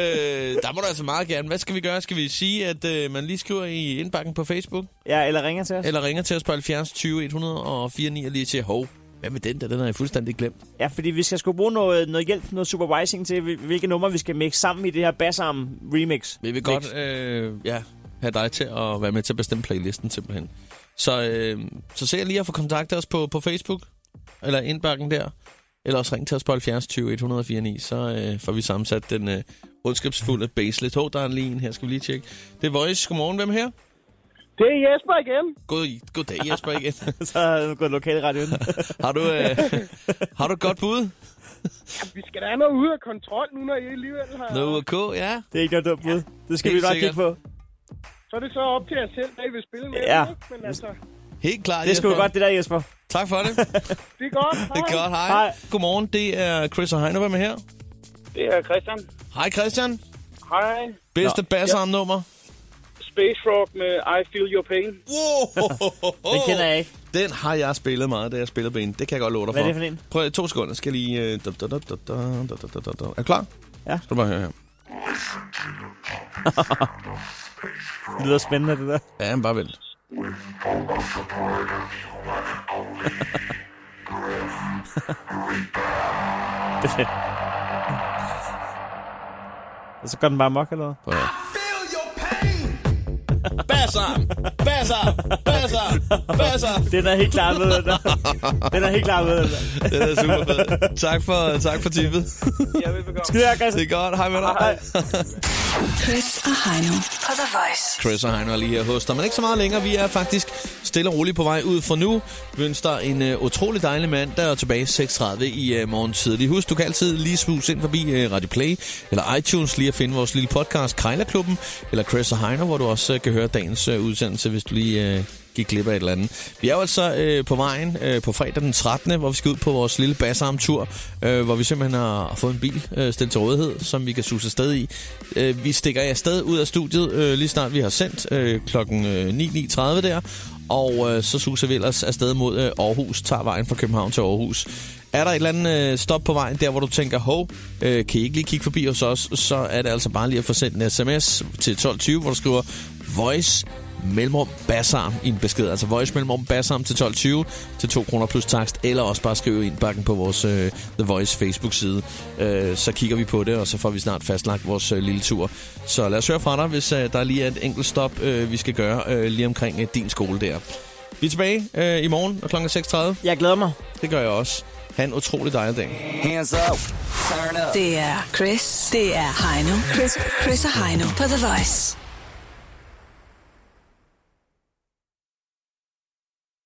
der må du altså meget gerne. Hvad skal vi gøre? Skal vi sige, at øh, man lige skriver i indbakken på Facebook?
ja eller ringer til os.
Eller ringer til os på 70 20 100 og 49 og lige til Hov. Hvad med den der? Den har jeg fuldstændig glemt.
Ja, fordi vi skal sgu bruge noget, noget hjælp, noget supervising til, hvil- hvilke numre vi skal mixe sammen i det her bassarm remix.
Vi vil
Mix.
godt øh, ja, have dig til at være med til at bestemme playlisten simpelthen. Så, øh, så se lige at få kontaktet os på, på Facebook, eller indbakken der. Eller også ring til os på 70 20 149, så øh, får vi sammensat den øh, ondskabsfulde base lidt. Hov, der er lige en her, skal vi lige tjekke. Det er Voice. Godmorgen, hvem her?
Det er Jesper igen.
God, goddag, Jesper igen.
Så er det gået lokalradioen.
har, du, øh, har du et godt bud?
Vi skal da have noget ude af kontrol nu, når I alligevel har...
Noget OK, ja.
det er ikke noget dumt bud. Det skal
Helt
vi nok
sikkert.
kigge på.
Så er det så op til jer selv, hvad I vil spille med.
Ja.
ikke? Men altså,
Helt klart,
Det skal
Jesper.
du godt, det der, Jesper.
Tak for det. det
det er godt. Hej.
er godt, hej.
Hej.
Godmorgen, det er Chris og Heino, hvem er her?
Det er Christian.
Hej Christian.
Hej.
Bedste bassarmnummer.
Space Rock med I Feel Your Pain.
Wow.
Det kender jeg ikke.
Den har jeg spillet meget, da jeg spillede ben. Det kan jeg godt love dig
Hvad
for.
er det for en?
Prøv lige to sekunder. Skal jeg lige... øh, da, da, da, da, da, da, da, da, da. Er du klar?
Ja.
Skal du bare høre her.
Det lyder spændende, det der.
Ja, men bare vent.
Og så går den bare mok eller noget.
Bassarm! Bassarm! Bassarm! Bassarm!
Den er helt klar med den der. Den er helt klar med den der.
Den er super fed. Tak for, tak for tippet.
Ja, velbekomme.
Skide her, Christian.
Det er godt. Hej med dig.
Hej.
Chris og Heino på The Voice.
Chris og Heino er lige her hos dig, men ikke så meget længere. Vi er faktisk stille og roligt på vej ud for nu. Vi ønsker en uh, utrolig dejlig mand, der er tilbage 6.30 i uh, morgen tidlig. Husk, du kan altid lige svuse ind forbi uh, Radio Play eller iTunes, lige at finde vores lille podcast Krejlerklubben, eller Chris og Heino, hvor du også uh, kan høre dagens uh, udsendelse, hvis du lige uh, gik glip af et eller andet. Vi er jo altså øh, på vejen øh, på fredag den 13., hvor vi skal ud på vores lille bassarmtur, øh, hvor vi simpelthen har fået en bil øh, stillet til rådighed, som vi kan suse afsted i. Øh, vi stikker jer afsted ud af studiet, øh, lige snart vi har sendt øh, klokken øh, 9.30 der, og øh, så suser vi ellers afsted mod øh, Aarhus, tager vejen fra København til Aarhus. Er der et eller andet øh, stop på vejen, der hvor du tænker, hov, øh, kan I ikke lige kigge forbi hos os, så er det altså bare lige at få sendt en sms til 12.20, hvor du skriver voice mellemrum bassarm i en besked. Altså voice mellemrum bassarm til 12.20 til 2 kroner plus takst, eller også bare skrive indbakken på vores øh, The Voice Facebook-side. Øh, så kigger vi på det, og så får vi snart fastlagt vores øh, lille tur. Så lad os høre fra dig, hvis øh, der lige er et enkelt stop, øh, vi skal gøre øh, lige omkring øh, din skole der. Vi er tilbage øh, i morgen og kl. 6.30.
Jeg glæder mig.
Det gør jeg også. Ha' en utrolig dejlig dag.
Hands up. Turn up.
Det er Chris. Det er Heino. Chris, Chris og Heino på The Voice.